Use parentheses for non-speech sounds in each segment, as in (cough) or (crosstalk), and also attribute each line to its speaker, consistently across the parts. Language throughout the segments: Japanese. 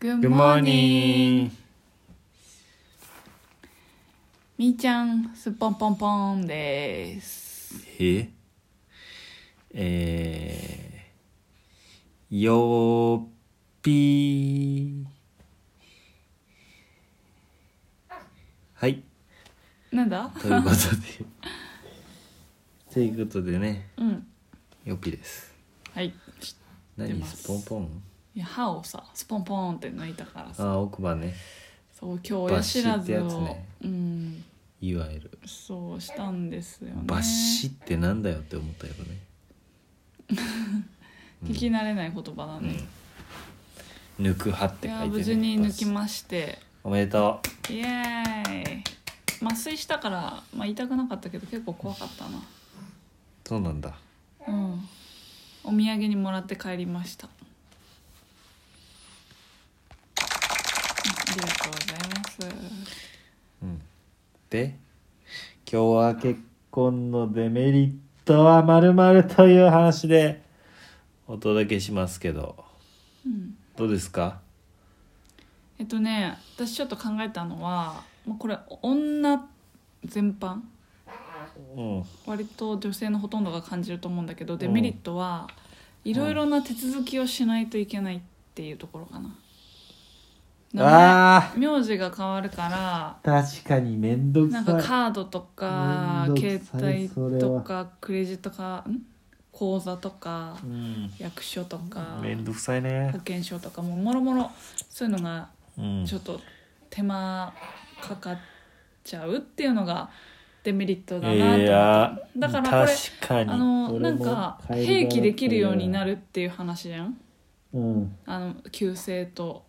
Speaker 1: Good
Speaker 2: Good
Speaker 1: morning!
Speaker 2: morning!
Speaker 1: みーちゃん、すっぽんぽんぽんです。
Speaker 2: ええー、よっぴー。はい、
Speaker 1: なんだ (laughs)
Speaker 2: ということで。ということでね、
Speaker 1: うん。
Speaker 2: よっぴーです。
Speaker 1: はい。知って
Speaker 2: 何
Speaker 1: ます
Speaker 2: スポンポン
Speaker 1: いや歯をさ、スポンポンって抜いたから
Speaker 2: あ
Speaker 1: さ、
Speaker 2: ー、奥歯ね、
Speaker 1: そう、今日親知らず
Speaker 2: 抜歯ってやつ
Speaker 1: を、
Speaker 2: ね
Speaker 1: うん、
Speaker 2: いわゆる。
Speaker 1: そうしたんですよね。
Speaker 2: 抜歯ってなんだよって思ったよね。
Speaker 1: 聞き慣れない言葉だ
Speaker 2: う
Speaker 1: ね。
Speaker 2: ん。抜く歯って
Speaker 1: い
Speaker 2: 書い
Speaker 1: や
Speaker 2: て、ね、
Speaker 1: 無事に抜き
Speaker 2: す。
Speaker 1: まして、
Speaker 2: おめでと
Speaker 1: イエーイ麻酔したから、まあ、痛くなかったけど結構怖かったな。
Speaker 2: う。そうなんだ。
Speaker 1: うん、お土産にもらって帰りましたありがとうございます
Speaker 2: うんで今日は結婚のデメリットはまるまるという話でお届けしますけど、どうですか
Speaker 1: えっとね私ちょっと考えたのはまあこれ女全般
Speaker 2: うん
Speaker 1: 割と女性のほとんどが感じると思うんだけどデメリットはいろいろな手続きをしないといけないっていうところかな名
Speaker 2: あ
Speaker 1: 前名字が変わるから
Speaker 2: ー確かに面倒く
Speaker 1: なん
Speaker 2: さ
Speaker 1: か
Speaker 2: い
Speaker 1: カードとか
Speaker 2: めんど
Speaker 1: 携
Speaker 2: くさい
Speaker 1: 帯
Speaker 2: それ
Speaker 1: とか
Speaker 2: は
Speaker 1: クレジットかん口座とか
Speaker 2: うん
Speaker 1: 役所とか
Speaker 2: 面倒くさいね
Speaker 1: 保険証とかももろもろそういうのが
Speaker 2: うん
Speaker 1: ちょっと手間かかっちゃうっていうのがデメリットだなと思って
Speaker 2: いや
Speaker 1: だからこれ
Speaker 2: 確かに
Speaker 1: あのなんか併記できるようにな
Speaker 2: る
Speaker 1: るっていう話じゃん
Speaker 2: うん
Speaker 1: あの旧姓と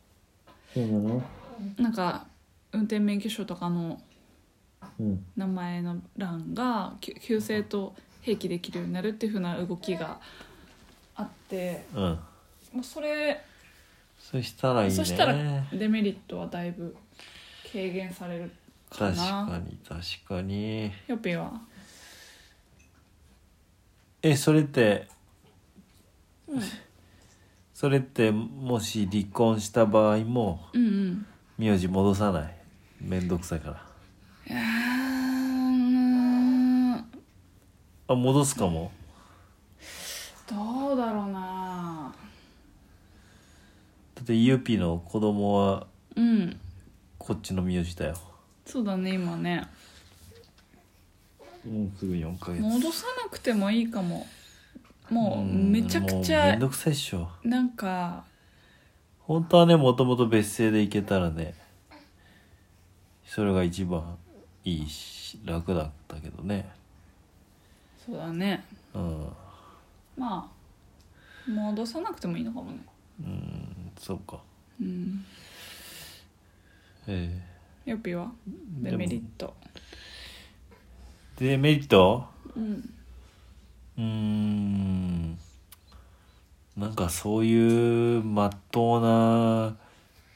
Speaker 2: そうなの
Speaker 1: なんか運転免許証とかの
Speaker 2: うん
Speaker 1: 名前の欄がきゅ旧姓と併記できるようになるっていうふうな動きがあって
Speaker 2: うん
Speaker 1: もうそれ
Speaker 2: そしたらいいね
Speaker 1: そしたらデメリットはだいぶ軽減されるか
Speaker 2: 確
Speaker 1: な
Speaker 2: かに確かに
Speaker 1: ヨピは、
Speaker 2: えそれって
Speaker 1: うん、
Speaker 2: それってもし離婚した場合も
Speaker 1: うんうん
Speaker 2: 名字戻さないめんどくさいから
Speaker 1: いやー
Speaker 2: あ戻すかも
Speaker 1: どうだろうな
Speaker 2: だってゆぴの子供は
Speaker 1: うん
Speaker 2: こっちの名字だよ
Speaker 1: そうだね今ね
Speaker 2: もうすぐ4ヶ月
Speaker 1: 戻さなくてもいいかももうめちゃくち
Speaker 2: もうめ
Speaker 1: ゃ
Speaker 2: んどくさいっしょ
Speaker 1: なんか
Speaker 2: 本当はねもともと別姓でいけたらねそれが一番いいし楽だったけどね
Speaker 1: そうだね
Speaker 2: うん
Speaker 1: まあ戻さなくてもいいのかもね
Speaker 2: うんそうか
Speaker 1: うん
Speaker 2: え
Speaker 1: ヨピは
Speaker 2: え
Speaker 1: デメリット
Speaker 2: でメリット
Speaker 1: うん
Speaker 2: うーんなんかそういうまっとうな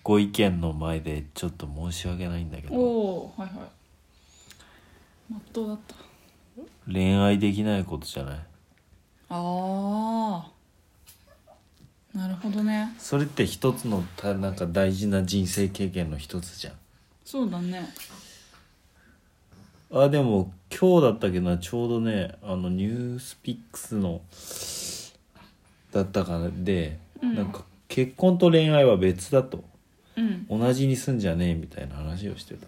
Speaker 2: ご意見の前でちょっと申し訳ないんだけ
Speaker 1: お
Speaker 2: ど
Speaker 1: おーはいはいまっとうだった
Speaker 2: 恋愛できないことじゃない
Speaker 1: ああなるほどね
Speaker 2: それって一つのたなんか大事な人生経験の一つじゃん
Speaker 1: そうだね
Speaker 2: あでも今日だったけどなちょうどねあのニュースピックスのだったかなで、
Speaker 1: うん
Speaker 2: なんか結婚と恋愛は別だと
Speaker 1: うん
Speaker 2: 同じにすんじゃねえみたいな話をしてた
Speaker 1: へ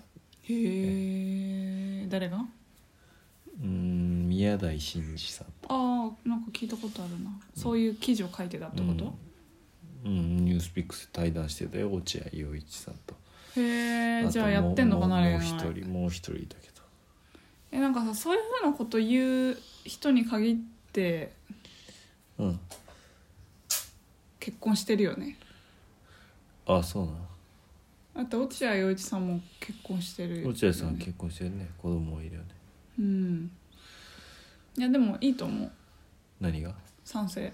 Speaker 1: え誰が
Speaker 2: うーん宮台真司さん
Speaker 1: ああなんか聞いたことあるなそういう記事を書いてたってこと、
Speaker 2: うん、ニュースピックスで対談してたよ落合陽一さんと
Speaker 1: へえ
Speaker 2: と
Speaker 1: じゃあやってんのかな
Speaker 2: も
Speaker 1: 恋愛
Speaker 2: うもう一人もう一人いたけど
Speaker 1: えなんかさそういうふうなこと言う人に限って
Speaker 2: うん
Speaker 1: 結婚してるよね
Speaker 2: あそうな
Speaker 1: あと落合陽一さんも結婚してるよね
Speaker 2: の落合さん結婚してるね子供もいるよね
Speaker 1: うんいやでもいいと思う
Speaker 2: 何が
Speaker 1: 賛成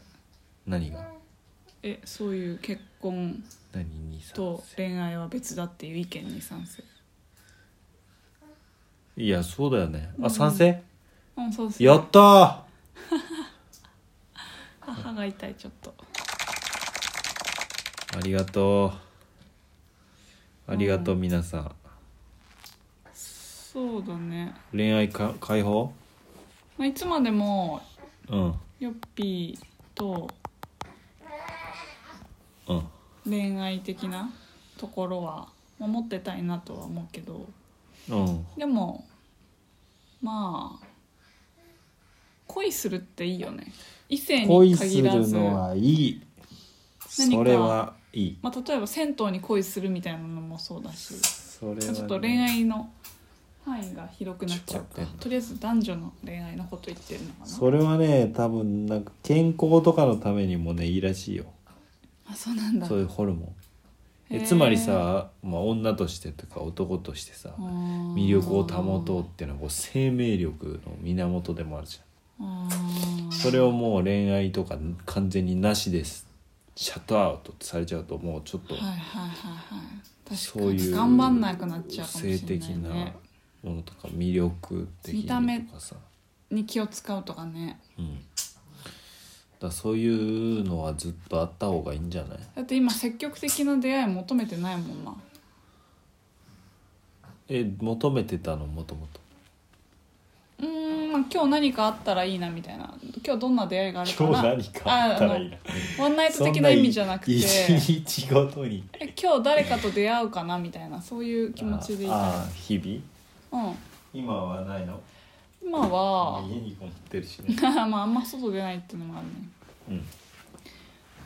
Speaker 2: 何が
Speaker 1: えそういう結婚
Speaker 2: 何にさ
Speaker 1: と恋愛は別だっていう意見に賛成
Speaker 2: いやそうだよね
Speaker 1: うん
Speaker 2: あ賛成、
Speaker 1: うんそうそう
Speaker 2: やったー
Speaker 1: あ歯が痛いちょっと
Speaker 2: ありがとありがとう皆さん
Speaker 1: そうだね、
Speaker 2: 恋愛か解放
Speaker 1: まあ、いつまでも
Speaker 2: うん
Speaker 1: ヨッピーと
Speaker 2: うん
Speaker 1: 恋愛的なところは守ってたいなとは思うけど
Speaker 2: うん
Speaker 1: でもまあ恋するっていいよね異性に
Speaker 2: 恋す
Speaker 1: 限ら
Speaker 2: る
Speaker 1: ず、
Speaker 2: の
Speaker 1: ま
Speaker 2: はいい
Speaker 1: 何か
Speaker 2: それはいい
Speaker 1: あ、例えば銭湯に恋するみたいなのもそうだし、
Speaker 2: それはね、
Speaker 1: まあちょっと恋愛の範囲が広くなっちゃう
Speaker 2: ちょっと
Speaker 1: か
Speaker 2: 待って
Speaker 1: とりあえず男女の恋愛のこと言ってるのかな
Speaker 2: それはね多分なんか健康とかのためにもねいいらしいよ
Speaker 1: あそうなんだ
Speaker 2: そういうホルモン
Speaker 1: へー
Speaker 2: えつまりさ、まあ、女としてとか男としてさ魅
Speaker 1: 魅
Speaker 2: 力を保とうっていうのはこう生命力の源でもあるじゃんそれをもう恋愛とか完全になしですシャットアウトってされちゃうともうちょっと
Speaker 1: はいはいはいはい確か
Speaker 2: そう
Speaker 1: に
Speaker 2: いう
Speaker 1: 頑張んなくなっちゃうかもしれ
Speaker 2: 性
Speaker 1: ない、ね、
Speaker 2: 的なものとか魅力的にとかさ、
Speaker 1: に気を使うとかね
Speaker 2: うん、だからそういうのはずっとあった方がいいんじゃない
Speaker 1: だって今積極的な出会い求めてないもんな
Speaker 2: え求めてたのもともと
Speaker 1: うーんまあ今日何かあったらいいなみたいな今日どんな出会いがあるかなあ
Speaker 2: な
Speaker 1: あのワンナイト的な意味じゃなくて
Speaker 2: 一日ごとに
Speaker 1: え今日誰かと出会うかなみたいなそういう気持ちでい
Speaker 2: あ
Speaker 1: た
Speaker 2: あ日々
Speaker 1: い、うん、
Speaker 2: 今はないの
Speaker 1: 今は (laughs)
Speaker 2: 家にこもってるしね
Speaker 1: まああんま外出ないっていうのもあるね
Speaker 2: うん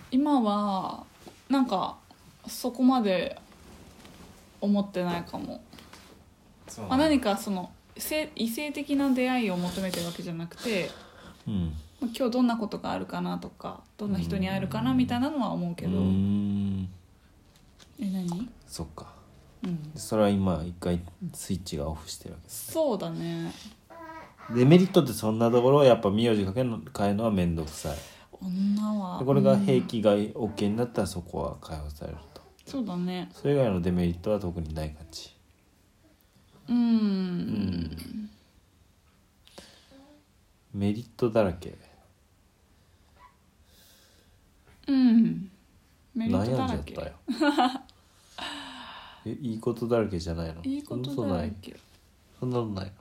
Speaker 1: 今はなんかそこまで思ってないかも、
Speaker 2: そう
Speaker 1: まあ、何かその性異性的な出会いを求めてるわけじゃなくて
Speaker 2: うん
Speaker 1: まあ今日どんなことがあるかなとかどんな人に会えるかなみたいなのは思うけ
Speaker 2: う
Speaker 1: ど
Speaker 2: ーん
Speaker 1: え何、
Speaker 2: そっか
Speaker 1: うん、
Speaker 2: それは今一回スイッチがオフしてるわけです
Speaker 1: そうだね
Speaker 2: デメリットってそんなところはやっぱ名字かけの変えるのは面倒くさい
Speaker 1: 女は
Speaker 2: でこれが
Speaker 1: うん
Speaker 2: 平気が OK になったらそこは解放されると
Speaker 1: そうだね
Speaker 2: それ以外のデメリットは特にない感じ
Speaker 1: うん
Speaker 2: んメリットだらけ
Speaker 1: うんメリット
Speaker 2: 悩
Speaker 1: だ
Speaker 2: んじゃ
Speaker 1: ら
Speaker 2: っ
Speaker 1: け
Speaker 2: たよえいいことだらけじゃないの
Speaker 1: いいことだらけ
Speaker 2: そんなことないそんなことないの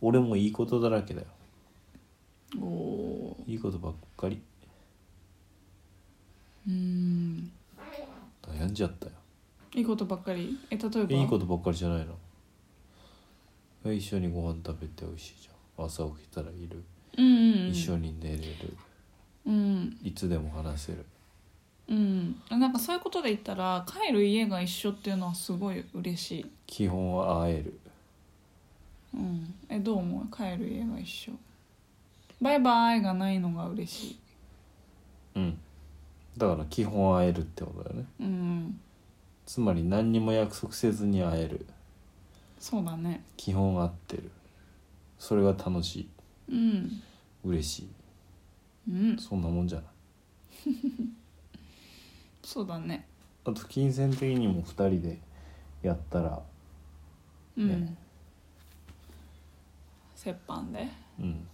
Speaker 2: 俺もいいことだらけだよ
Speaker 1: おおー
Speaker 2: いいことばっかり
Speaker 1: うん
Speaker 2: 悩んじゃったよ
Speaker 1: いいことばっかりえ例えば
Speaker 2: えいいことばっかりじゃないのえ一緒にご飯食べて美味しいじゃん朝起きたらいる、
Speaker 1: うんうん
Speaker 2: 一緒に寝れる
Speaker 1: うん
Speaker 2: いつでも話せる
Speaker 1: うんなんかそういうことで言ったら帰る家が一緒っていうのはすごい嬉しい、
Speaker 2: 基本は会える
Speaker 1: うん、えどう思う帰る家が一緒バイバイがないのが嬉しい
Speaker 2: うんだから基本会えるってことだよね
Speaker 1: うん
Speaker 2: つまり何にも約束せずに会える
Speaker 1: そうだね
Speaker 2: 基本合ってるそれが楽しい
Speaker 1: うん
Speaker 2: 嬉し
Speaker 1: うん
Speaker 2: いそんなもんじゃない
Speaker 1: そうだね
Speaker 2: あと金銭的にも2人でやったら
Speaker 1: うん
Speaker 2: ね
Speaker 1: 折半で
Speaker 2: うん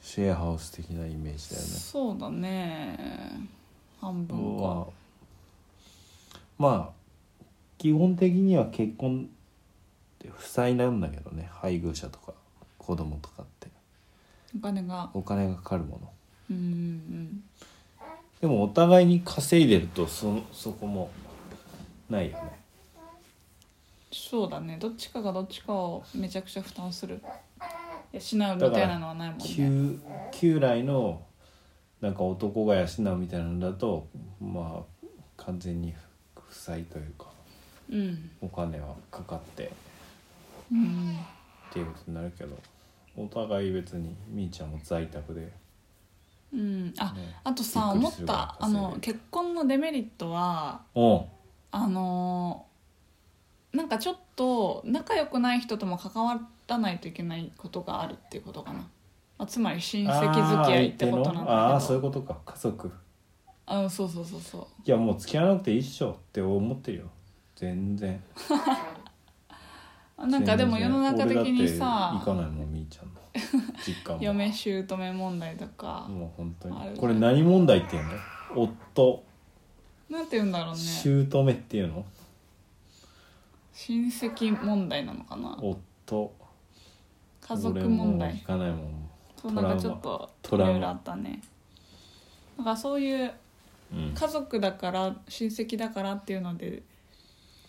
Speaker 2: シェアハウス的なイメージだよね
Speaker 1: そうだね半分か
Speaker 2: まあまあ基本的には結婚って負債なんだけどね配偶者とか子供とかって
Speaker 1: お金が
Speaker 2: お金がかかるもの
Speaker 1: うんうん
Speaker 2: でもお互いに稼いでるとそそこもないよね
Speaker 1: そうだねどっちかがどっちかをめちゃくちゃ負担するいやしないみたいなのはないもんね
Speaker 2: 旧旧来のなんか男が養うみたいなのだとまあ完全に負債というか
Speaker 1: うん
Speaker 2: お金はかかって
Speaker 1: うん
Speaker 2: っていうことになるけどお互い別にみーちゃんも在宅で
Speaker 1: うんあ
Speaker 2: ね
Speaker 1: あとさ思
Speaker 2: びっくり
Speaker 1: っ
Speaker 2: するぐら
Speaker 1: た
Speaker 2: い
Speaker 1: あ
Speaker 2: 稼いでる
Speaker 1: の結婚のデメリットは
Speaker 2: おう
Speaker 1: あのーなんかちょっと仲良くない人とも関わらないといけないことがあるっていうことかな、まあ、つまり親戚付き合いってことなんだけど
Speaker 2: あー相手のあーそういうことか家族
Speaker 1: あそうそうそうそう
Speaker 2: いやもう付き合わなくていいっしょって思ってるよ全然
Speaker 1: あなんかでも世の中的に
Speaker 2: 俺だって行
Speaker 1: さ
Speaker 2: かないもんみー
Speaker 1: (laughs)
Speaker 2: ちゃんの実家も
Speaker 1: 嫁姑問題とか、
Speaker 2: もう本当
Speaker 1: ある
Speaker 2: にこれ何問題っていうの夫
Speaker 1: なんて言うんだろうね
Speaker 2: 姑っていうの
Speaker 1: 親戚問題なのかな
Speaker 2: 夫
Speaker 1: 家族問
Speaker 2: 俺もう
Speaker 1: 題
Speaker 2: 聞かないもん
Speaker 1: そうなんかちょっと
Speaker 2: ト
Speaker 1: い
Speaker 2: ラウマ
Speaker 1: ろいろあったねだからそういう
Speaker 2: うん
Speaker 1: 家族だから親戚だからっていうので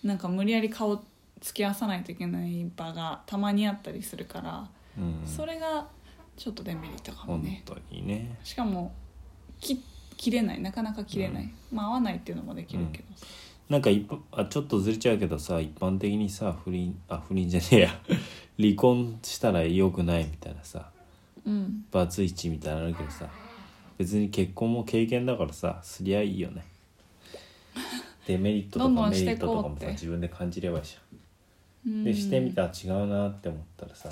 Speaker 1: なんか無理やり顔突き合わさないといけない場がたまにあったりするから、
Speaker 2: うん
Speaker 1: それがちょっとデメリットかも
Speaker 2: 本
Speaker 1: ね
Speaker 2: 当にね
Speaker 1: しかもき切れないなかなか切れない、
Speaker 2: う
Speaker 1: まあ合わないっていうのもできるけどさ、
Speaker 2: なんか一般あちょっとずれちゃうけどさ一般的にさ不倫あ不倫じゃねえや (laughs) 離婚したら良くないみたいなさ
Speaker 1: うん、
Speaker 2: バツイチみたいなのあるけどさ別に結婚も経験だからさすりゃいいよ
Speaker 1: (laughs)
Speaker 2: ねデメリット
Speaker 1: ど
Speaker 2: と
Speaker 1: んど
Speaker 2: か
Speaker 1: ん
Speaker 2: メ
Speaker 1: し
Speaker 2: リ
Speaker 1: て
Speaker 2: ット
Speaker 1: こう
Speaker 2: とかも
Speaker 1: っ
Speaker 2: さ
Speaker 1: て
Speaker 2: 自分で感じればいいじ
Speaker 1: う
Speaker 2: ゃん
Speaker 1: ん
Speaker 2: でしてみたら違うなって思ったらさ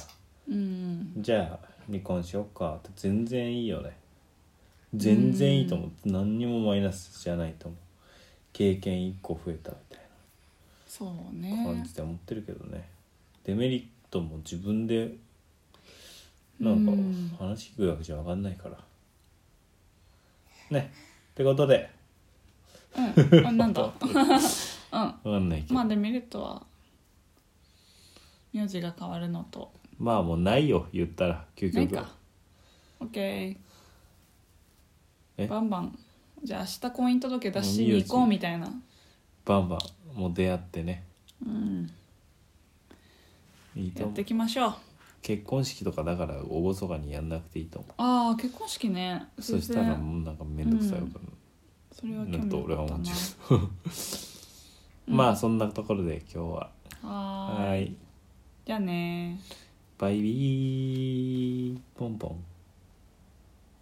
Speaker 1: うん
Speaker 2: じゃあ離婚しよっかって全然いいよね全然いいと思う何にもマイナスじゃないと思う経験1個増えたみたいな
Speaker 1: そう
Speaker 2: 感
Speaker 1: ね
Speaker 2: じで思ってるけどね、デメリットも自分でなんか
Speaker 1: うん
Speaker 2: 話聞くわけじゃ分かんないから、ねってことで
Speaker 1: うんあ
Speaker 2: (laughs)
Speaker 1: なんだうん
Speaker 2: 分かんないけど、
Speaker 1: ま
Speaker 2: ま
Speaker 1: あ
Speaker 2: あ、
Speaker 1: デメリットは名字が変わるのと
Speaker 2: もうないよ言ったら究
Speaker 1: ない
Speaker 2: 極
Speaker 1: か OK
Speaker 2: え
Speaker 1: バンバンじゃあ明日婚姻届出し
Speaker 2: もういいよ
Speaker 1: に行こうみたいな
Speaker 2: バンバンもう出会ってね
Speaker 1: うん
Speaker 2: いいと
Speaker 1: やっ
Speaker 2: 思
Speaker 1: て
Speaker 2: う
Speaker 1: いきましょう
Speaker 2: 結婚式とかだから厳かにやんなくていいと思う
Speaker 1: ああ結婚式ね
Speaker 2: そしたらもうなんか面倒くさいこと
Speaker 1: それは
Speaker 2: に
Speaker 1: 興
Speaker 2: なると
Speaker 1: 味
Speaker 2: 俺
Speaker 1: あ
Speaker 2: は
Speaker 1: った
Speaker 2: 思っ
Speaker 1: な
Speaker 2: ちゃう、まあそんなところで今日は
Speaker 1: は
Speaker 2: は
Speaker 1: ーい
Speaker 2: い
Speaker 1: じゃあねー
Speaker 2: バイビーポンポン